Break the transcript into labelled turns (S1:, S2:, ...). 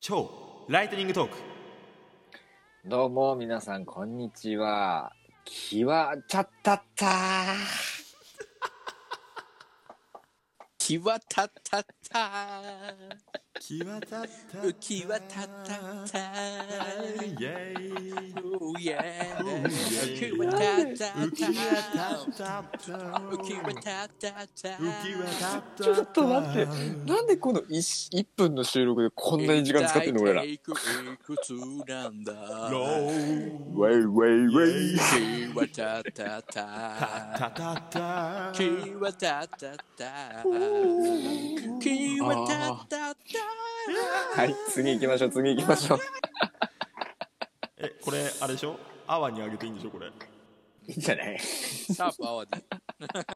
S1: 超ライトニングトーク
S2: どうも皆さんこんにちは。きわちゃったったー。
S3: きわたたた
S1: きわたった
S3: 浮きわたたた
S1: イエイ
S3: おやきわたた
S1: 浮き
S3: た
S1: わたった
S3: 浮きわたたた
S1: 浮きわたった
S2: ちょっと待って。なんでこの 1, 1分の収録でこんなに時間使ってんの俺ら。ウェ
S3: 一体いくいくつなんだ
S1: ロー
S2: イウェイウェイ。
S3: きわたた
S1: た
S3: た
S1: たた
S3: きわたたたきわたたた
S2: はい、次行きましょう、次行きましょう。
S1: えこれあれでしょアワーにあげていいんでしょこれ
S2: いいんじゃない
S3: シャープ泡で